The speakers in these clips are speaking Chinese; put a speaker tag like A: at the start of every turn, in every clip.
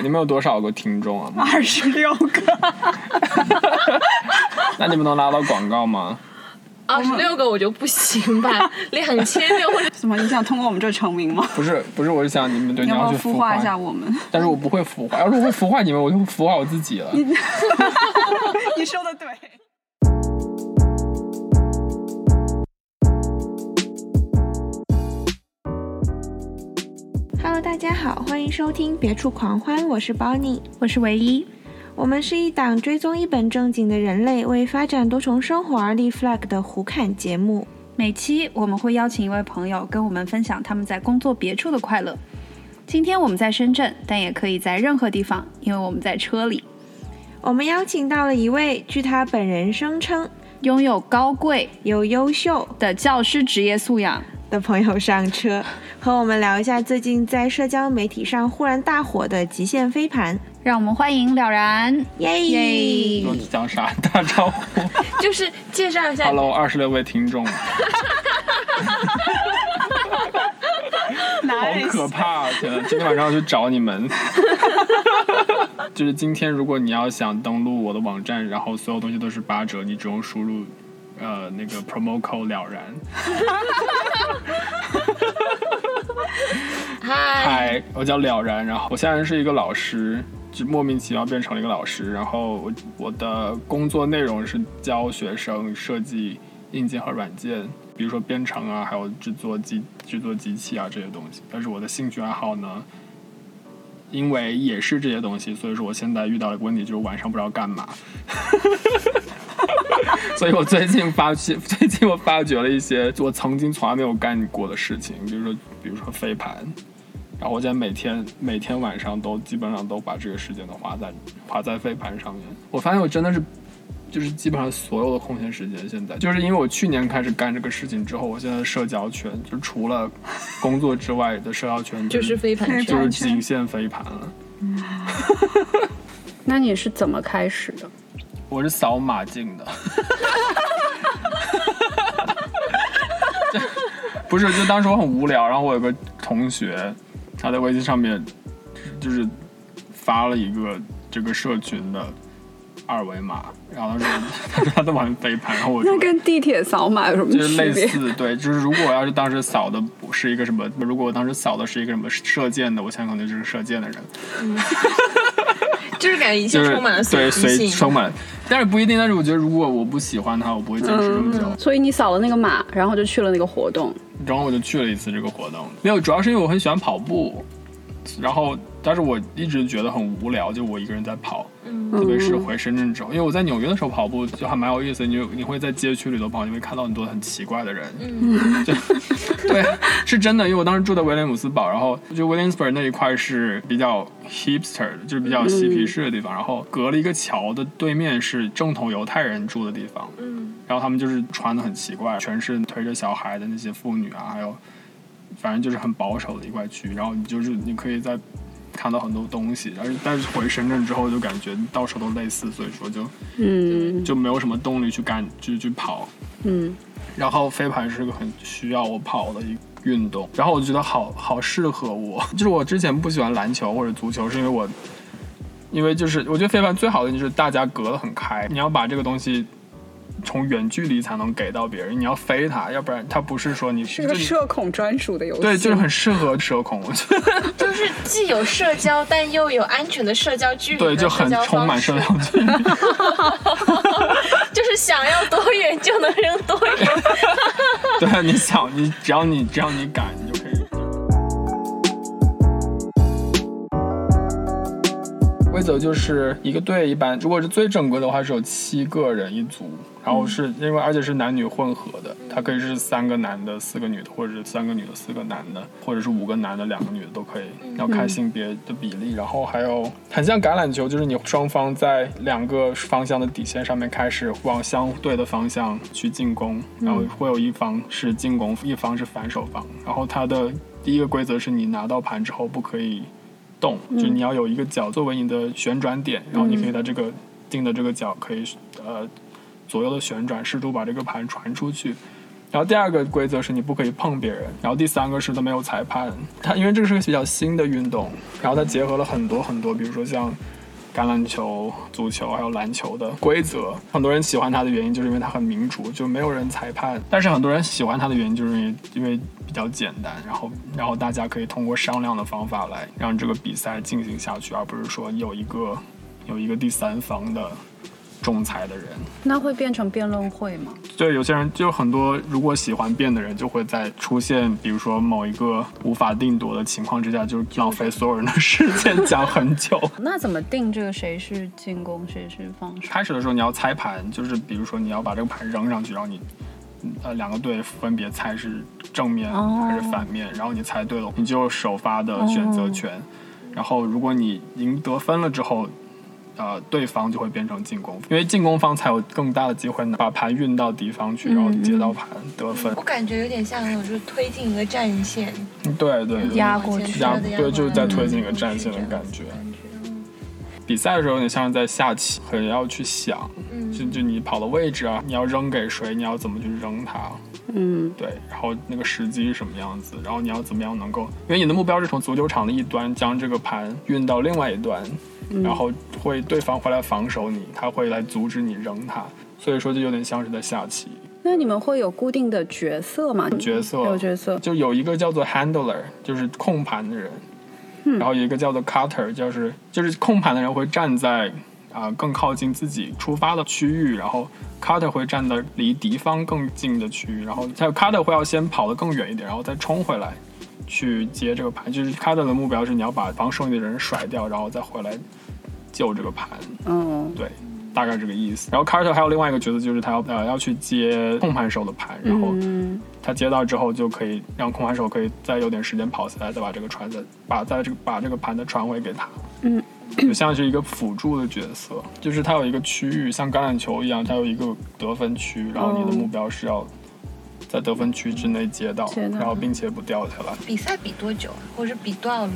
A: 你们有多少个听众啊？
B: 二十六 个，
A: 那你们能拿到广告吗？
C: 二十六
A: 哦
C: 个我就不行吧，两千六 或者
B: 什么？你想通过我们这成名吗？
A: 不是不是，我是想你们对
B: 你
A: 你
B: 要不
A: 去
B: 要孵
A: 化
B: 化一下，我 们？
A: 但是我不会孵化。要是我会孵化你们，我就会孵化我自己了。
B: 你说的 对。
D: Hello，大家好，欢迎收听《别处狂欢》，我是 Bonnie，
E: 我是唯一，
D: 我们是一档追踪一本正经的人类为发展多重生活而立 flag 的胡侃节目。
E: 每期我们会邀请一位朋友跟我们分享他们在工作别处的快乐。今天我们在深圳，但也可以在任何地方，因为我们在车里。
D: 我们邀请到了一位，据他本人声称
E: 拥有高贵
D: 有优秀
E: 的教师职业素养，
D: 的朋友上车， 和我们聊一下最近在社交媒体上忽然大火的《极限飞盘》。
E: 让我们欢迎了然。
D: 耶！
E: 耶
A: 我讲啥？打招呼
C: 就是介绍一下
A: ，Hello，二十六位听众，好可怕、啊！天呐，今天晚上要去找你们。 就是今天，如果你要想登录我的网站，然后所有东西都是八折，你只用输入呃那个 promo code 了然。
C: 嗨，
A: 嗨，我叫了然，然后我现在是一个老师，就莫名其妙变成了一个老师。然后我我的工作内容是教学生设计硬件和软件，比如说编程啊，还有制作机制作机器啊这些东西。但是我的兴趣爱好呢，因为也是这些东西，所以说我现在遇到了一个问题，就是晚上不知道干嘛。 所以我最近发现，最近我发掘了一些我曾经从来没有干过的事情，比如说，比如说飞盘，然后我现在每天每天晚上都基本上都把这个时间都花在花在飞盘上面。我发现我真的是，就是基本上所有的空闲时间，现在就是因为我去年开始干这个事情之后，我现在的社交圈就除了工作之外的社交圈
C: 就是飞盘圈
A: 就是仅限飞盘了。
E: 那你是怎么开始的？
A: 我是扫码进的。 不是，就当时我很无聊，然后我有个同学，他在微信上面就是发了一个这个社群的二维码，然后他说他说他在玩飞盘，然后我就
E: 那跟地铁扫码有什么
A: 就是类
E: 区别？
A: 似，对，就是如果我要是当时扫的不是一个什么，如果我当时扫的是一个什么射箭的，我现在可能就是射箭的人。
C: 就是感觉一切
A: 嗯就是
C: 充满了
A: 对
C: 随
A: 随
C: 机性。
A: 充满，但是不一定。但是我觉得，如果我不喜欢它，我不会坚持这
C: 嗯
A: 么久。
F: 所以你扫了那个码，然后就去了那个活动。
A: 然后我就去了一次这个活动，没有，主要是因为我很喜欢跑步，然后但是我一直觉得很无聊，就我一个人在跑，特别是回深圳之后，因为我在纽约的时候跑步就还蛮有意思，你就你会在街区里头跑，你会看到很多很奇怪的人，嗯，就 对，是真的，因为我当时住在威廉姆斯堡，然后就威廉姆斯堡那一块是比较 hipster 的，就是比较嬉皮士的地方，然后隔了一个桥的对面是正统犹太人住的地方，然后他们就是穿的很奇怪，全是推着小孩的那些妇女啊，还有反正就是很保守的一块区。然后你就是你可以在看到很多东西，而但是回深圳之后就感觉到处都类似，所以说就
F: 嗯
A: 就没有什么动力去干，就去跑。
F: 嗯，
A: 然后飞盘是个很需要我跑的一个运动，然后我觉得好好适合我。 就是我之前不喜欢篮球或者足球，是因为我，因为就是我觉得飞盘最好的就是大家隔得很开，你要把这个东西从远距离才能给到别人，你要飞它，要不然它不是说你
F: 是个
A: 就
F: 社恐专属的游戏。
A: 对，就是很适合社恐，我觉得
C: 就是既有社交，但又有安全的社交距离，
A: 对，就很充 满社，交 距离。
C: 就是想要多远就能扔多远。
A: 对，你想，你只要你只要你敢，你就可以。规则就是一个队一般，如果是最正规的话是有七个人一组，然后是因为而且是男女混合的，它可以是三个男的四个女的，或者是三个女的四个男的，或者是五个男的两个女的都可以，要看性别的比例。然后还有很像橄榄球，就是你双方在两个方向的底线上面开始往相对的方向去进攻，然后会有一方是进攻，一方是反手方。然后它的第一个规则是你拿到盘之后不可以动，就你要有一个角作为你的旋转点，然后你可以在这个定的这个角可以呃左右的旋转，试图把这个盘传出去。然后第二个规则是你不可以碰别人，然后第三个是它没有裁判，它因为这个是个比较新的运动，然后它结合了很多很多，比如说像橄榄球、足球还有篮球的规则。很多人喜欢它的原因就是因为它很民主，就没有人裁判。但是很多人喜欢它的原因就是因为因为比较简单，然后然后大家可以通过商量的方法来让这个比赛进行下去，而不是说有一个有一个第三方的仲裁的人。
F: 那会变成辩论会吗？
A: 就有些人，就很多如果喜欢变的人，就会在出现比如说某一个无法定夺的情况之下，就浪费所有人的时间讲很久。
F: 那怎么定这个谁是进攻，谁是防守？
A: 开始的时候你要猜盘，就是比如说你要把这个盘扔上去，然后你。呃，两个队分别猜是正面还是反面然后你猜对了，你就有首发的选择权。然后如果你赢得分了之后，呃，对方就会变成进攻，因为进攻方才有更大的机会把盘运到敌方去，然后接到盘得分
G: 我。感觉有点像那种就是推进一个战线，
A: 嗯对对对，
F: 压过去
A: 压
G: 往前推的
A: 对，就是在推进一个
G: 嗯
A: 战线的感觉。
G: 感觉嗯
A: 比赛的时候有点像是在下棋，很要去想，就就你跑的位置啊，你要扔给谁，你要怎么去扔它，
F: 嗯，
A: 对，然后那个时机是什么样子，然后你要怎么样能够，因为你的目标是从足球场的一端将这个盘运到另外一端，然后会对方会来防守你，他会来阻止你扔它，所以说就有点像是在下棋。
F: 那你们会有固定的角色吗？
A: 角色
F: 有角色，
A: 就有一个叫做 handler，就是控盘的人，然后有一个叫做 cutter，就是就是控盘的人会站在啊、更靠近自己出发的区域，然后 cutter 会站在离敌方更近的区域，然后还有 cutter 会要先跑得更远一点，然后再冲回来去接这个盘。就是 cutter 的目标是你要把防守你的人甩掉，然后再回来救这个盘。
F: 嗯，
A: 对，大概这个意思。然后 Carter 还有另外一个角色，就是他要呃要去接控盘手的盘，然后他接到之后就可以让控盘手可以再有点时间跑起来，再把这个传再把在这个把这个盘再传回给他。
F: 嗯。
A: 就像是一个辅助的角色，就是它有一个区域，像橄榄球一样，它有一个得分区，然后你的
F: 哦
A: 目标是要在得分区之内接到，
F: 接到
A: 然后并且不掉下来。
G: 比赛比多久啊，或者比多少轮？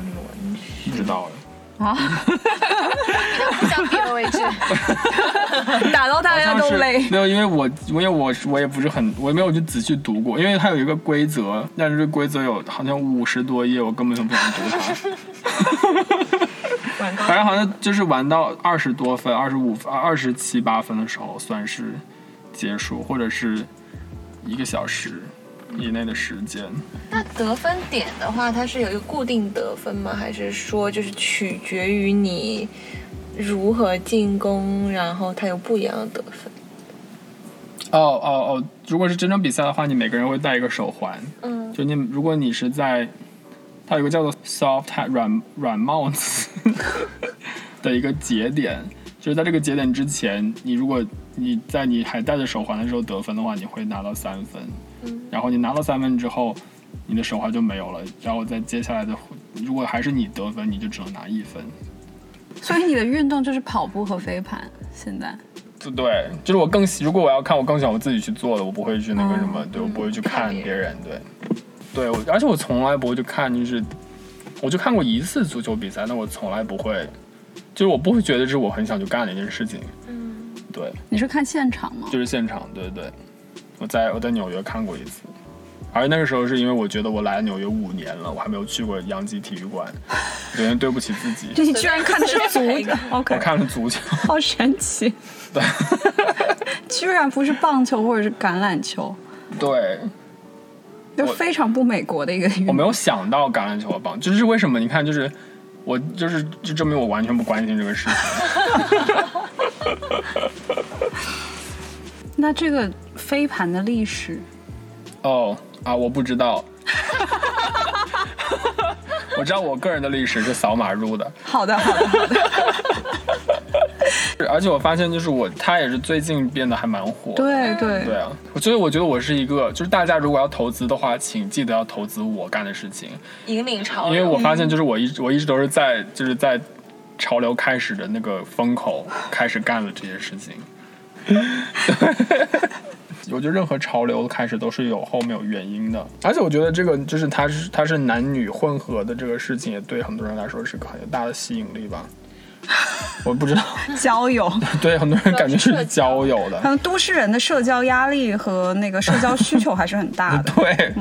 A: 不知道了，
G: 不想比了为止。
F: 打到大家
A: 好像
F: 都
A: 是
F: 累。
A: 没有，因为我因为我是我也不是很，我也没有去仔细读过，因为它有一个规则，但是这规则有好像五十多页，我根本就不想读它。反正好像就是玩到二十多分、二十五、二十七八分的时候，算是结束，或者是一个小时以内的时间。
G: 那得分点的话，它是有一个固定得分吗？还是说就是取决于你如何进攻，然后它有不一样的得分？
A: 哦哦哦！如果是真正比赛的话，你每个人会戴一个手环，
G: 嗯，
A: 就你如果你是在，它有一个叫做 soft hat 软软帽子的一个节点，就是在这个节点之前，你如果你在你还戴着手环的时候得分的话，你会拿到三分，然后你拿到三分之后，你的手环就没有了，然后在接下来的如果还是你得分，你就只能拿一分。
E: 所以你的运动就是跑步和飞盘，现在
A: 对对，就是我更喜如果我要看，我更喜欢我自己去做的，我不会去那个什么，对我不嗯会去看别人，对，对我，而且我从来不会去看，就是我就看过一次足球比赛，但我从来不会，就是我不会觉得这是我很想去干的一件事情，嗯，对，
E: 你是看现场吗？
A: 就是现场，对对，我在我在纽约看过一次，而那个时候是因为我觉得我来纽约五年了，我还没有去过洋基体育馆，有 点对不起自己，
E: 你居然看的是足 球
A: 我
E: ，OK，
A: 看了足球，
E: 好神奇，
A: 对
E: 居然不是棒球或者是橄榄球，
A: 对。
E: 就
A: 我
E: 非常不美国的一个运
A: 我
E: 动。
A: 没有想到橄榄球和棒，就是为什么？你看，就是我，就是就证明我完全不关心这个事情。
E: 那这个飞盘的历史，
A: 哦啊，我不知道。 我知道我个人的历史是扫码入的，
E: 好的好的，
A: 是而且我发现就是我，他也是最近变得还蛮火。
E: 对对
A: 对啊，我觉得我觉得我是一个，就是大家如果要投资的话，请记得要投资我干的事情，
G: 引领潮
A: 因为
G: 流。
A: 我发现就是我一直我一直都是在就是在潮流开始的那个风口开始干了这些事 情。我觉得任何潮流开始都是有后面有原因的，而且我觉得这个就是它是它是男女混合的这个事情，也对很多人来说是个很有大的吸引力吧。我不知道，
H: 交友，
A: 对很多人感觉是交友的，
H: 可能都市人的社交压力和那个社交需求还是很大 的。
A: 对，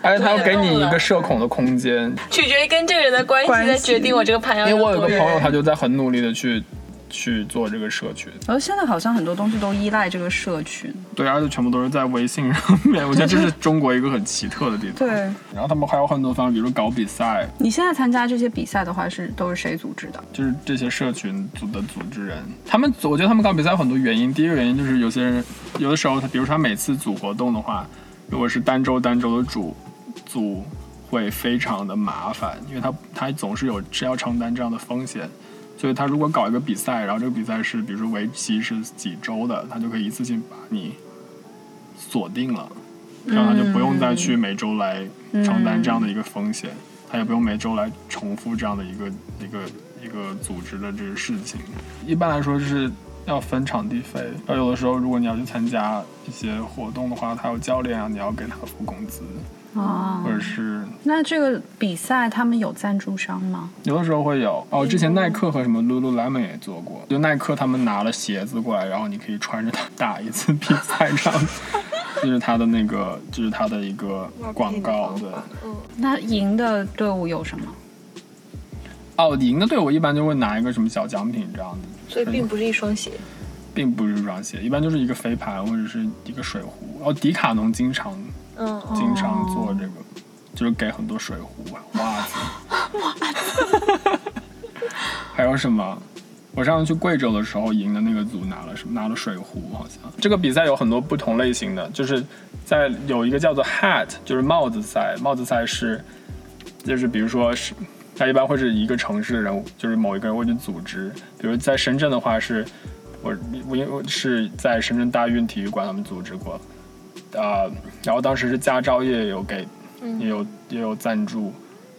A: 而且他要给你一个社恐的空间，
G: 取决于跟这个人的关系
H: 关系
G: 来决定我这个盘要
A: 因为我有
G: 多
A: 个朋友，
G: 远
A: 他就在很努力的去去做这个社群，
H: 然后呃现在好像很多东西都依赖这个社群，
A: 对，而且全部都是在微信上面，我觉得这是中国一个很奇特的地方。
H: 对
A: 然后他们还有很多方，比如搞比赛，
H: 你现在参加这些比赛的话是都是谁组织的？
A: 就是这些社群组的组织人，他们我觉得他们搞比赛有很多原因，第一个原因就是有些人有的时候他，比如说他每次组活动的话，如果是单周单周的组组会非常的麻烦，因为他他总是有是要承担这样的风险。所以他如果搞一个比赛，然后这个比赛是比如说为期是几周的，他就可以一次性把你锁定了，然后他就不用再去每周来承担这样的一个风险，他也不用每周来重复这样的一个一个一个组织的这个事情。一般来说就是要分场地费，而有的时候如果你要去参加一些活动的话，他有教练啊，你要给他付工资，
H: 哦
A: 或者是
H: 那这个比赛他们有赞助商吗？
A: 有的时候会有哦，之前耐克和什么 lululemon 也做过，就耐克他们拿了鞋子过来，然后你可以穿着它打一次比赛，这样， 这是它的那个，这是它的一个广告。对，
F: 那赢的队伍有什么？
A: 哦，赢的队伍一般就会拿一个什么小奖品这样子，
G: 所以并不是一双鞋。
A: 并不是双鞋，一般就是一个飞盘或者是一个水壶。然后迪卡侬经常
G: 嗯，
A: 经常做这个，就是给很多水壶、啊袜子， 还有什么？我上次去贵州的时候赢的那个组拿了什么？拿了水壶，好像。这个比赛有很多不同类型的，就是在有一个叫做 hat，就是帽子赛。帽子赛是，就是比如说是，它一般会是一个城市的人，就是某一个人会去组织。比如在深圳的话是，我我因为是在深圳大运体育馆他们组织过，呃，然后当时是佳兆业有给，也有也有赞助，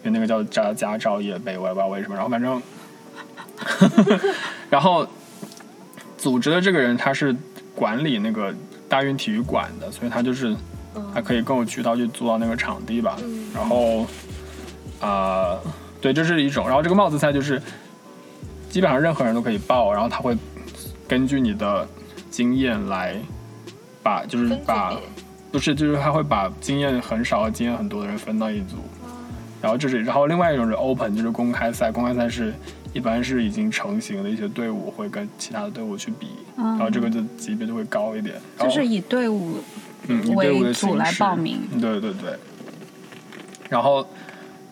A: 因为那个叫佳佳兆业杯，我也不知道为什么。然后反正， 然后组织的这个人他是管理那个大运体育馆的，所以他就是
G: 哦
A: 他可以更有渠道去租到那个场地吧。
G: 嗯
A: 然后，啊、对，这是一种。然后这个帽子赛就是基本上任何人都可以报，然后他会根据你的经验来把就是
G: 分组
A: 把
G: 别
A: 不是，就是他会把经验很少和经验很多的人分到一组，然后这是，然后另外一种是 open，就是公开赛，公开赛是一般是已经成型的一些队伍会跟其他的队伍去比，然后这个的级别就会高一点，然
F: 嗯就
A: 后
F: 是以队伍
A: 嗯以队伍的
F: 为
A: 形
F: 主来
A: 式
F: 报名，
A: 对对对，然后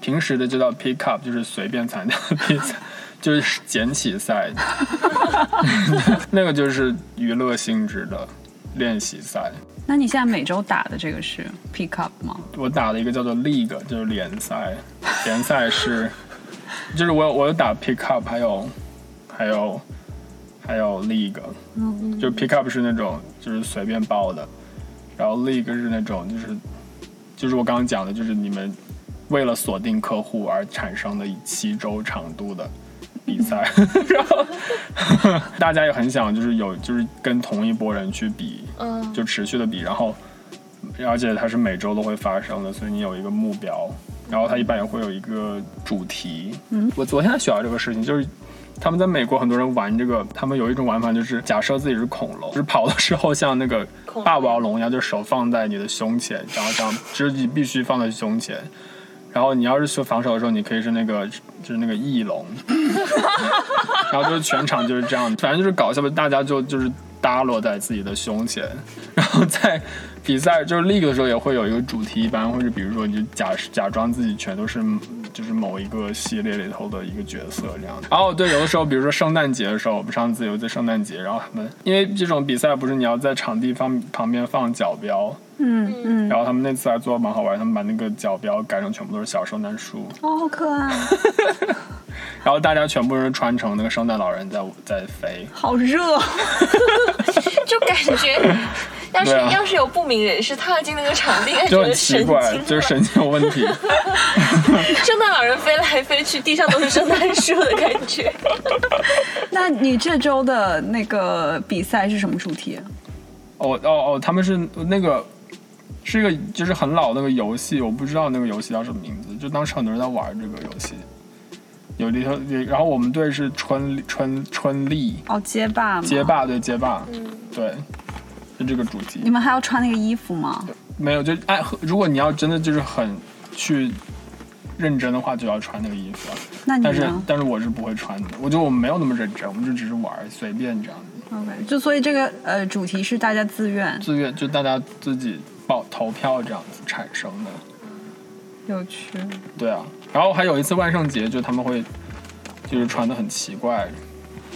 A: 平时的就叫 pick up，就是随便参加 的比赛，就是捡 起赛， 那个就是娱乐性质的练习赛，
F: 那你现在每周打的这个是 pick up 吗？
A: 我打了一个叫做 League，就是联赛，联赛是，就是我有我有打 Pick Up，还有还有还有 League，就 Pick Up 是那种就是随便报的，然后 League 是那种就是就是我刚刚讲的，就是你们为了锁定客户而产生的以七周长度的比赛， 然后大家也很想就是有就是跟同一波人去比，
G: 嗯
A: 就持续的比，然后而且它是每周都会发生的，所以你有一个目标，然后它一般也会有一个主题。嗯，我昨天还学到这个事情，就是他们在美国很多人玩这个，他们有一种玩法就是假设自己是恐龙，就是跑的时候像那个
G: 恐龙
A: 霸王龙一样，就是手放在你的胸前，然后这样，就是你必须放在胸前。然后你要是学防守的时候，你可以是那个就是那个翼 龙，然后就是全场就是这样，反正就是搞笑吧，大家就就是耷落在自己的胸前， 然后在比赛就是 league 的时候也会有一个主题，一般会是比如说你就假假装自己全都是就是某一个系列里头的一个角色这样。哦，对，有的时候比如说圣诞节的时候，我们上次有一次圣诞节，然后他们因为这种比赛不是你要在场地方旁边放角标。
H: 嗯嗯，
A: 然后他们那次还做的蛮好玩，他们把那个角标改成全部都是小圣诞树，
H: 哦，好可爱，
A: 然后大家全部人穿成那个圣诞老人在在飞。
H: 好热，
G: 就感 觉要是、
A: 对啊
G: 要是有不明人士踏进那个场地，应该觉
A: 就
G: 得
A: 很奇怪
G: 神经，
A: 就是
G: 了
A: 神经有问 题。
G: 圣诞老人飞来飞去，地上都是圣诞树的感 觉。
H: 那你这周的那个比赛是什么主题？
A: 哦哦哦，他们是那个是一个就是很老的那个游戏，我不知道那个游戏叫什么名字，就当时很多人在玩这个游戏。有离合，然后我们队是春春春丽
H: 哦，街霸嘛，
A: 街霸对街霸，对，就这个主题
H: 你。们还要穿那个衣服吗？
A: 没有，就爱喝。如果你要真的就是很去认真的话，就要穿那个衣服啊。
H: 那你
A: 但是
H: 呢
A: 但是我是不会穿的，我觉得我们没有那么认真，我们就只是玩儿随便这样子。
H: ？OK，就所以这个呃主题是大家自愿，
A: 自愿就大家自己报投票这样子产生的，
H: 有趣。
A: 对啊。然后还有一次万圣节，就他们会就是穿的很奇怪，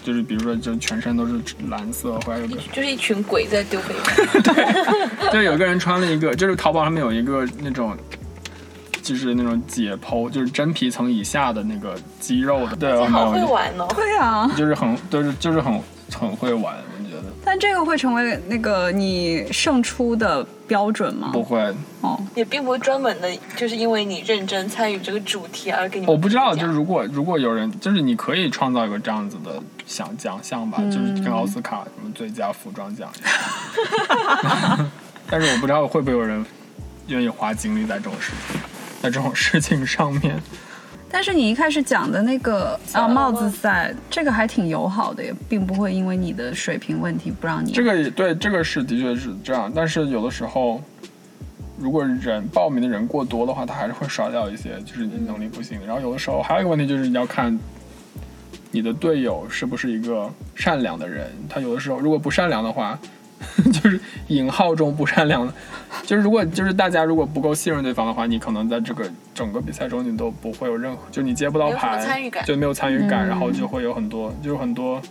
A: 就是比如说就全身都是蓝色，或 者有个
G: 就是一群鬼在丢背包。
A: 就是有个人穿了一个，就是淘宝上面有一个那种，就是那种解剖，就是真皮层以下的那个肌肉的，对，蛮
G: 好
A: 有
G: 会
A: 意思
G: 玩哦，
H: 对啊，
A: 就是很，就是就是很很会玩，我觉得
H: 但这个会成为那个你胜出的标准吗？
A: 不会，
G: 也并不会专门的，就是因为你认真参与这个主题啊而给你们
A: 我不知道，
G: 评
A: 就
G: 价
A: 是如果如果有人，就是你可以创造一个这样子的奖奖项吧，就是
G: 嗯
A: 跟奥斯卡什么最佳服装奖一样， 但是我不知道会不会有人愿意花精力在这种事情，在这种事情上面。
H: 但是你一开始讲的那个啊帽子赛，这个还挺友好的，也并不会因为你的水平问题不让
G: 嗯
H: 你。
A: 这个也对，这个是的确是这样，但是有的时候，如果人报名的人过多的话，他还是会刷掉一些，就是你能力不行的。然后有的时候还有一个问题就是你要看你的队友是不是一个善良的人，他有的时候如果不善良的话， 就是引号中不善良的，就是如果就是大家如果不够信任对方的话，你可能在这个整个比赛中你都不会有任何，就你接不到
G: 没有什么
A: 牌，
G: 参与感
A: 就没有参与感，然后就会有很多，就是很多。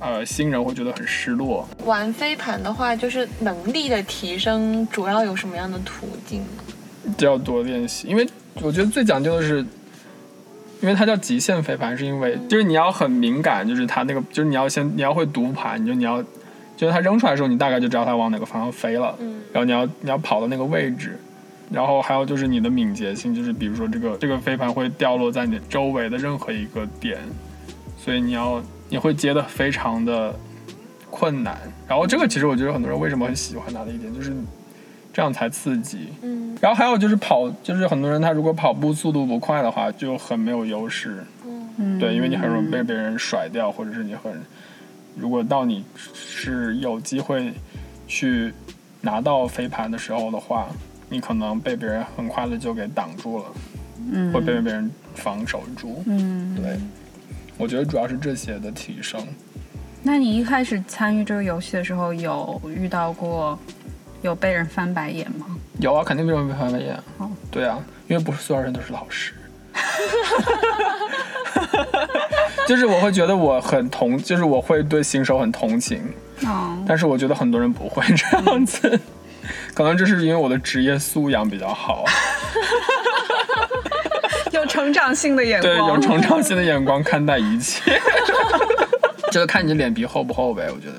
A: 呃，新人会觉得很失落，
G: 玩飞盘的话，就是能力的提升主要有什么样的途径呢？
A: 就要多练习，因为我觉得最讲究的是，因为它叫极限飞盘，是因为就是你要很敏感，就是它那个就是你要先你要会读盘，你就你要就是它扔出来的时候，你大概就知道它往哪个方向飞了，
G: 嗯
A: 然后你要你要跑到那个位置。然后还有就是你的敏捷性，就是比如说这个这个飞盘会掉落在你周围的任何一个点，所以你要你会接的非常的困难。然后这个其实我觉得很多人为什么很喜欢它的一点就是这样才刺激，
G: 嗯
A: 然后还有就是跑，就是很多人他如果跑步速度不快的话，就很没有优势。
G: 嗯，
A: 对，因为你很容易被别人甩掉，或者是你很，如果到你是有机会去拿到飞盘的时候的话，你可能被别人很快的就给挡住了，嗯，会被别人防守住。嗯，对，我觉得主要是这些的提升。
F: 那你一开始参与这个游戏的时候，有遇到过有被人翻白眼吗？
A: 有啊，肯定没有人被翻白眼。对啊，因为不是所有人都是老师。 就是我会觉得我很同，就是我会对新手很同情，
F: 哦，
A: 但是我觉得很多人不会 这样子，可能这是因为我的职业素养比较好，
H: 有成长性的眼
A: 对，有
H: 光，
A: 成长性的眼光看待一切， 就是看你的脸皮厚不厚呗。我觉得，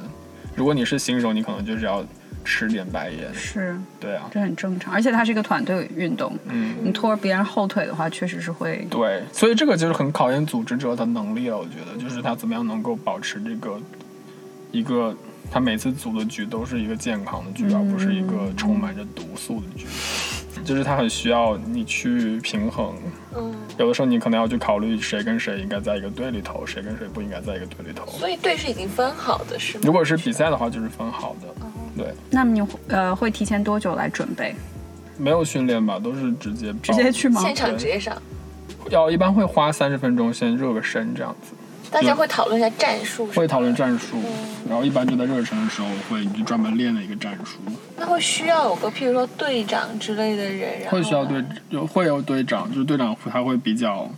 A: 如果你是新手，你可能就是要吃点白眼，
F: 是，
A: 对啊，
F: 这很正常，而且它是一个团队运动，
A: 嗯，
F: 你拖着别人后腿的话，确实是会
A: 对，所以这个就是很考验组织者的能力了。我觉得，就是他怎么样能够保持这个一个他每次组的局都是一个健康的局，而不是一个充满着毒素的局。就是他很需要你去平衡，
G: 嗯，
A: 有的时候你可能要去考虑谁跟谁应该在一个队里头，谁跟谁不应该在一个队里头。
G: 所以队是已经分好的是吗？
A: 如果是比赛的话，就是分好的，
G: 哦
A: 对，
F: 那么你呃会提前多久来准备？
A: 没有训练吧，都是直接直
H: 直接去吗？
G: 现场直接上，
A: 要一般会花三十分钟先热个身这样子。
G: 大家会讨论一下战术，
A: 会讨论。战术，然后一般就在热身的时候会就专门练了一个战术，
G: 那会需要有个，譬如说队长之类的人，然后
A: 会需要队有会有队长，就是队长会他会比较，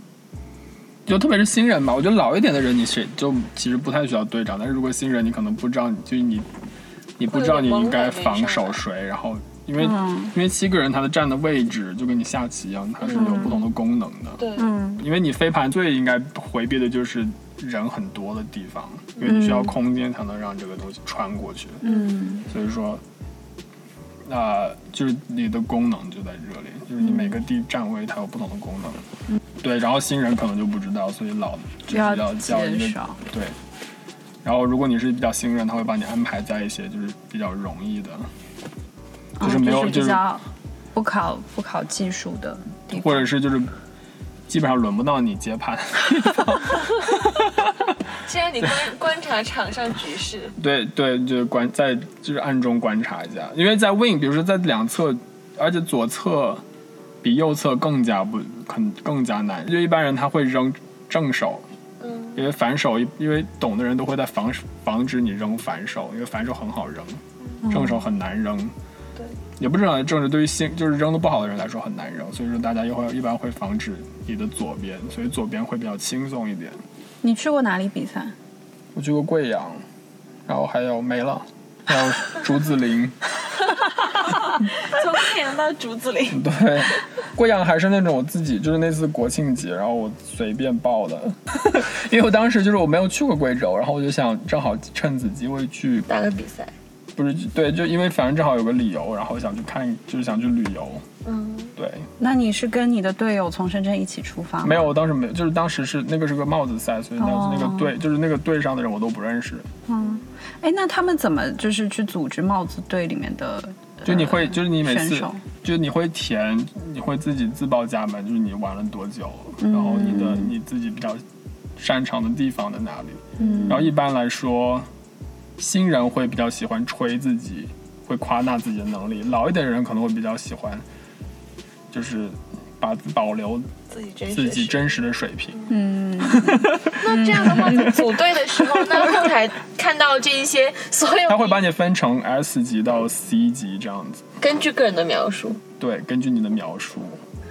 A: 就特别是新人吧，我觉得老一点的人你是就其实不太需要队长，但是如果新人你可能不知道你就是你你不知道你应该防守谁，然后因为、因为七个人他的站的位置就跟你下棋一样，它是有不同的功能的，
G: 对，
A: 因为你飞盘最应该回避的就是人很多的地方，因为你需要空间才能让这个东西穿过去。嗯，所以说，那、就是你的功能就在这里，就是你每个地站位它有不同的功能。对，然后新人可能就不知道，所以老就是嗯要叫一
F: 介
A: 个
F: 绍
A: 对。然后如果你是比较新人，他会把你安排在一些就是比较容易的，哦
H: 啊
A: 就是没有、
F: 就是比较不考不考技术的地方，
A: 或者是就是基本上轮不到你接盘。
G: 先让你观观察场上局势。
A: 对对，就是观在就是暗中观察一下，因为在 win，比如说在两侧，而且左侧比右侧更加不很更加难，就一般人他会扔正手，
G: 嗯，
A: 因为反手一因为懂的人都会在防防止你扔反手，因为反手很好扔，正手很难扔。
G: 对，
A: 也不是很正手对于新就是扔的不好的人来说很难扔，所以说大家又会一般会防止你的左边，所以左边会比较轻松一点。
H: 你去过哪里比赛？
A: 我去过贵阳，然后还有没了，还有竹子林。
G: 从太阳到竹子林，
A: 对，贵阳还是那种我自己，就是那次国庆节，然后我随便报的， 因为我当时就是我没有去过贵州，然后我就想正好趁此机会去，
G: 打个比赛。
A: 不是对，就因为反正正好有个理由，然后想去看，就是想去旅游。
G: 嗯，
A: 对，
H: 那你是跟你的队友从深圳一起出发吗？
A: 没有，我当时没有，就是当时是那个是个帽子赛，所以当时那个队、就是那个队上的人我都不认识。
H: 哎，那他们怎么就是去组织帽子队里面的？
A: 就你会，就是你每
H: 选
A: 次
H: 手，
A: 就你会填，你会自己自报家门，就是你玩了多久，然后你的你自己比较擅长的地方在哪里。
H: 嗯
A: 然后一般来说，新人会比较喜欢吹自己，会夸大自己的能力；老一点的人可能会比较喜欢，就是把保留
G: 自己真实
A: 自己
G: 是
A: 真实的水平。
G: 那这样的话，在组队的时候，那后台看到这一些所有，
A: 他会把你分成 S 级到 C 级这样子。
G: 根据个人的描述，
A: 对，根据你的描述，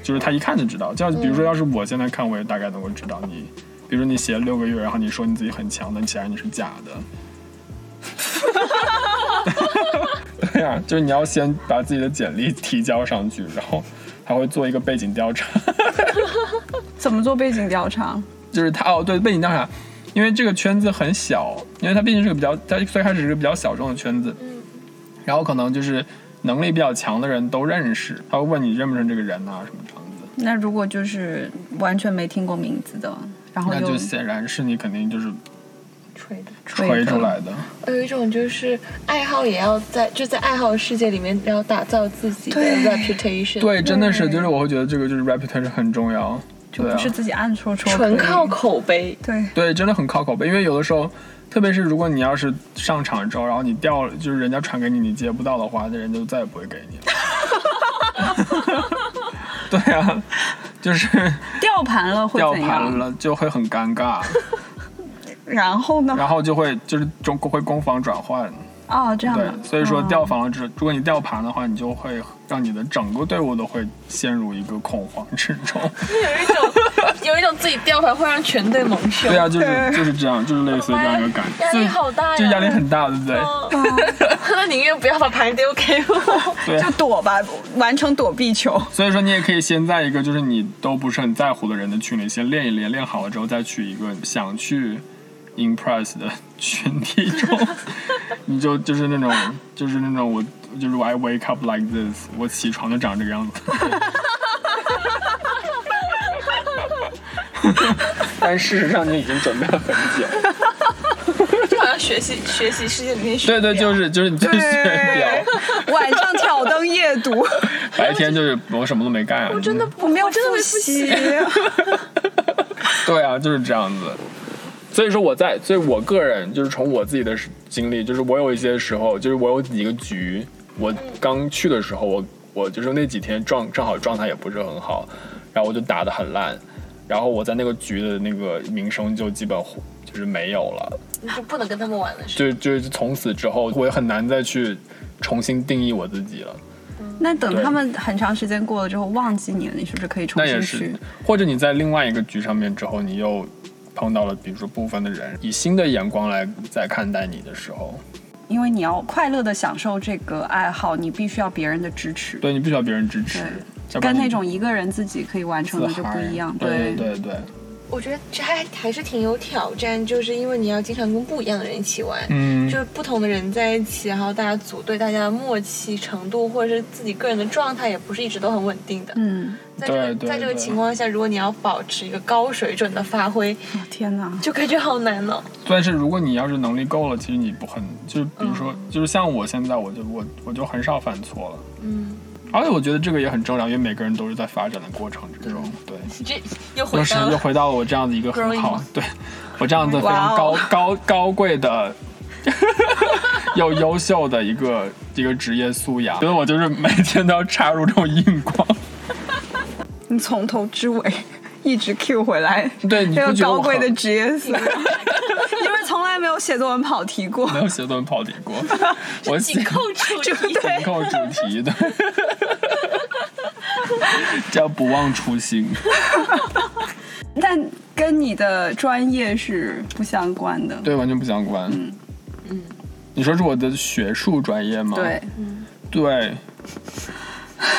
A: 就是他一看就知道。就像比如说，要是我现在看，我也大概能够知道你。比如说你写了六个月，然后你说你自己很强，但显然你是假的。 对呀、就是你要先把自己的简历提交上去，然后他会做一个背景调查。
H: 怎么做背景调查？
A: 就是他哦，对，背景调查，因为这个圈子很小，因为它毕竟是个比较，它最开始是个比较小众的圈子，然后可能就是能力比较强的人都认识，他会问你认不认识这个人啊什么这样子。
H: 那如果就是完全没听过名字的，然后
A: 那
H: 又
A: 就显然是你肯定就是
G: 吹的。
A: 吹出来的，
G: 我有一种就是爱好也要在就在爱好世界里面，然后打造自己的 reputation。，
A: 对，真的是，就是我会觉得这个就是 reputation 很重要，
H: 就
A: 对啊
H: 不是自己暗戳戳，
G: 纯靠口碑。
H: 对，
A: 对，真的很靠口碑，因为有的时候，特别是如果你要是上场之后，然后你掉了，就是人家传给你，你接不到的话，那人家就再也不会给你了。 对啊，就是
H: 掉盘了会
A: 掉
H: 怎
A: 盘
H: 样？
A: 了就会很尴尬，
H: 然后呢？
A: 然后就会就是中会攻防转换，
H: 哦，这样
A: 对
H: 的，，
G: 嗯
A: 所以说掉防了之，如果你掉盘的话，你就会让你的整个队伍都会陷入一个恐慌之中。
G: 有一种有一种自己掉牌会让全队蒙羞
A: 对，啊，就是就是这样，就是类似于这样一个感觉，
G: 压
A: 就
G: 力好大呀，
A: 就压力很大，对不对？
G: 嗯。那宁愿不要把牌丢给我。
A: 对
H: 就躲吧，完成躲避球。
A: 所以说你也可以先在一个就是你都不是很在乎的人的群里先练一练，练好了之后再去一个想去 impress 的群体中，你就就是那种就是那种我就是我 I wake up like this，我起床就长这个样子。但事实上，你已经准备了很久。
G: 就好像学习学习世界里面学，
A: 对对，就是就是你就是学表，
H: 晚上挑灯夜读，
A: 白天就是我什么都没干、啊。我真的
H: 我没有 真的没复习。
A: 对啊，就是这样子。所以说我在，所以我个人就是从我自己的经历，就是我有一些时候，就是我有几个局，我刚去的时候，我我就是那几天状正好状态也不是很好，然后我就打得很烂，然后我在那个局的那个名声就基本就是没有了，
G: 你就不能跟他们玩了，是吧？
A: 就就从此之后，我也很难再去重新定义我自己了。
H: 那等他们很长时间过了之后忘记你了，你是不是可以重
A: 那也
H: 新
A: 是
H: 去？，
A: 或者你在另外一个局上面之后，你又碰到了比如说部分的人，以新的眼光来再看待你的时候，
H: 因为你要快乐的享受这个爱好，你必须要别人的支持，
A: 对你不需要别人支持，要不
H: 跟
A: 然
H: 那
A: 你
H: 种一个人自己可以完成
A: 自
H: 的就不
A: 嗨
H: 一样。
A: 对对对，
G: 我觉得这还还是挺有挑战，就是因为你要经常跟不一样的人一起玩，
A: 嗯
G: 就是不同的人在一起，然后大家组队，大家的默契程度或者是自己个人的状态也不是一直都很稳定的。
H: 嗯，
G: 在这个
A: 对对
G: 在这个
A: 对
G: 情况下，如果你要保持一个高水准的发挥，
H: 哦天哪！
G: 就感觉好难哦。
A: 但是如果你要是能力够了，其
H: 嗯
A: 实你不很就是比如说、就是像我现在，我就我我就很少犯错了。
G: 嗯，
A: 而且我觉得这个也很正常，因为每个人都是在发展的过程之中。对，
G: 这又回
A: 又是
G: 到
A: 又
G: 了
A: 回到了我这样的一个很好，对我这样的非
G: 哇
A: 常
G: 哦
A: 高高高贵的 又优秀的一个一个职业素养，觉得我就是每天都要插入这种硬广。
H: 你从头至尾一直 Q 回来，
A: 对， 你
H: 这
A: 不
H: 个
A: 觉得
H: 高
A: 我
H: 贵的
A: 很
H: 职业素养， 因为从来没有写作文跑 题过。
A: 没有写作文跑题过？我写
G: 紧扣住
H: 就对
A: 紧 扣主题的，叫不忘初心。
H: 但跟你的专业是不相关的。
A: 对，完全不相关。嗯你说是我的学术专业吗？
H: 对，
A: 对，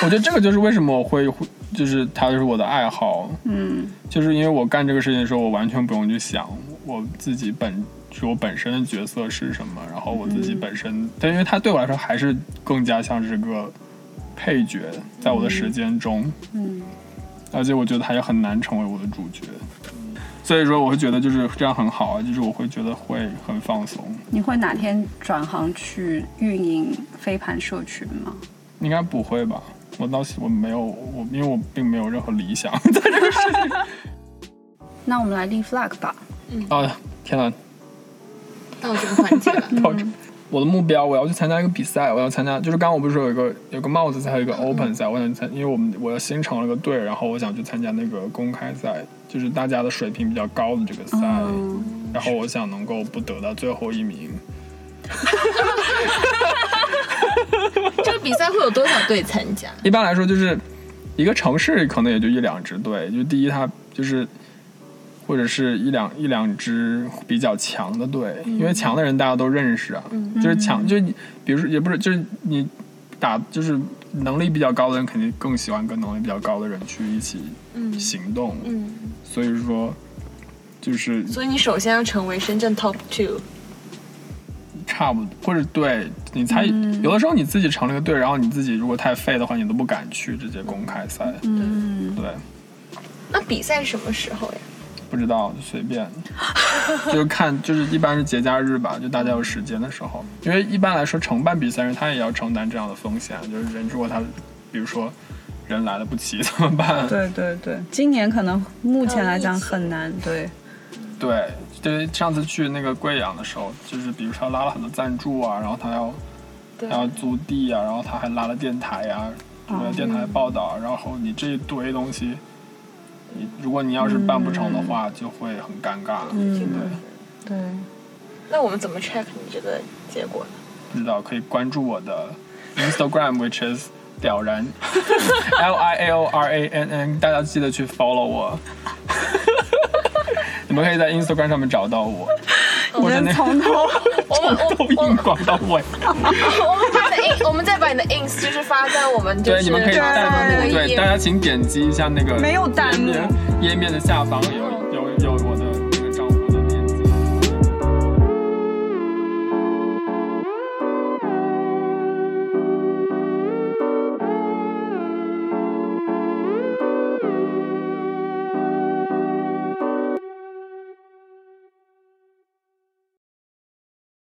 A: 我觉得这个就是为什么我会，会就是它就是我的爱好，
H: 嗯，
A: 就是因为我干这个事情的时候，我完全不用去想我自己本是我本身的角色是什么，然后我自己本身，但因为它对我来说还是更加像是个配角，在我的时间中，嗯，而且我觉得它也很难成为我的主角。所以说，我会觉得就是这样很好啊，就是我会觉得会很放松，
H: 你会哪天转行去运营飞盘社群吗？
A: 应该不会吧？我倒是我没有我，因为我并没有任何理想 在这个事情。
H: 那我们来立 flag 吧。
A: 啊，天哪！
G: 到这个环节了。
A: 到这我的目标，我要去参加一个比赛，我要参加，就是刚刚我不是说有一个有个帽子赛，还有一个 open 赛，我想去参，因为我们我新成了个队，然后我想去参加那个公开赛，就是大家的水平比较高的这个赛，然后我想能够不得到最后一名，
G: 这个比赛会有多少队参加？
A: 一般来说就是一个城市可能也就一两支队，就第一它就是或者是一两一两支比较强的队，
G: 嗯
A: 因为强的人大家都认识啊，就是强就是你比如说也不是就是你打就是能力比较高的人肯定更喜欢跟能力比较高的人去一起
G: 嗯
A: 行动，
G: 嗯，
A: 所以说就是
G: 所以你首先要成为深圳 top two，
A: 差不多，或者对你才、
G: 嗯
A: 有的时候你自己成了个队，然后你自己如果太废的话，你都不敢去这些公开赛，
H: 嗯，
A: 对。
G: 那比赛什么时候呀？
A: 不知道，就随便， 就是看，就是一般是节假日吧，就大家有时间的时候，因为一般来说承办比赛人他也要承担这样的风险，就是人如果他，比如说人来的不齐怎么办？
H: 对对对，今年可能目前来讲很难。对，
A: 对，对，上次去那个贵阳的时候，就是比如说他拉了很多赞助啊，然后他要
G: 对
A: 他要租地啊，然后他还拉了电台啊，为了电台报道，然后你这一堆东西，你如果你要是办不成的话，就会很尴尬。对。
G: 嗯
F: 对，
G: 那我们怎么 check 你这个结果呢？
A: 不知道可以关注我的 Instagram，which is 屌然 L I A O R A N N，大家记得去 follow 我。 你们可以在 Instagram 上面找到我，或者那个
H: 从头
G: 我们我
A: 抖音广告位，
G: 我们把你的 ins，我们再把你的 ins 就是发在我们就
A: 对，
G: 是
A: 你们可以带到那个，
G: 对
A: 对，大家请点击一下那个
H: 没有弹幕
A: 页面页面的下方有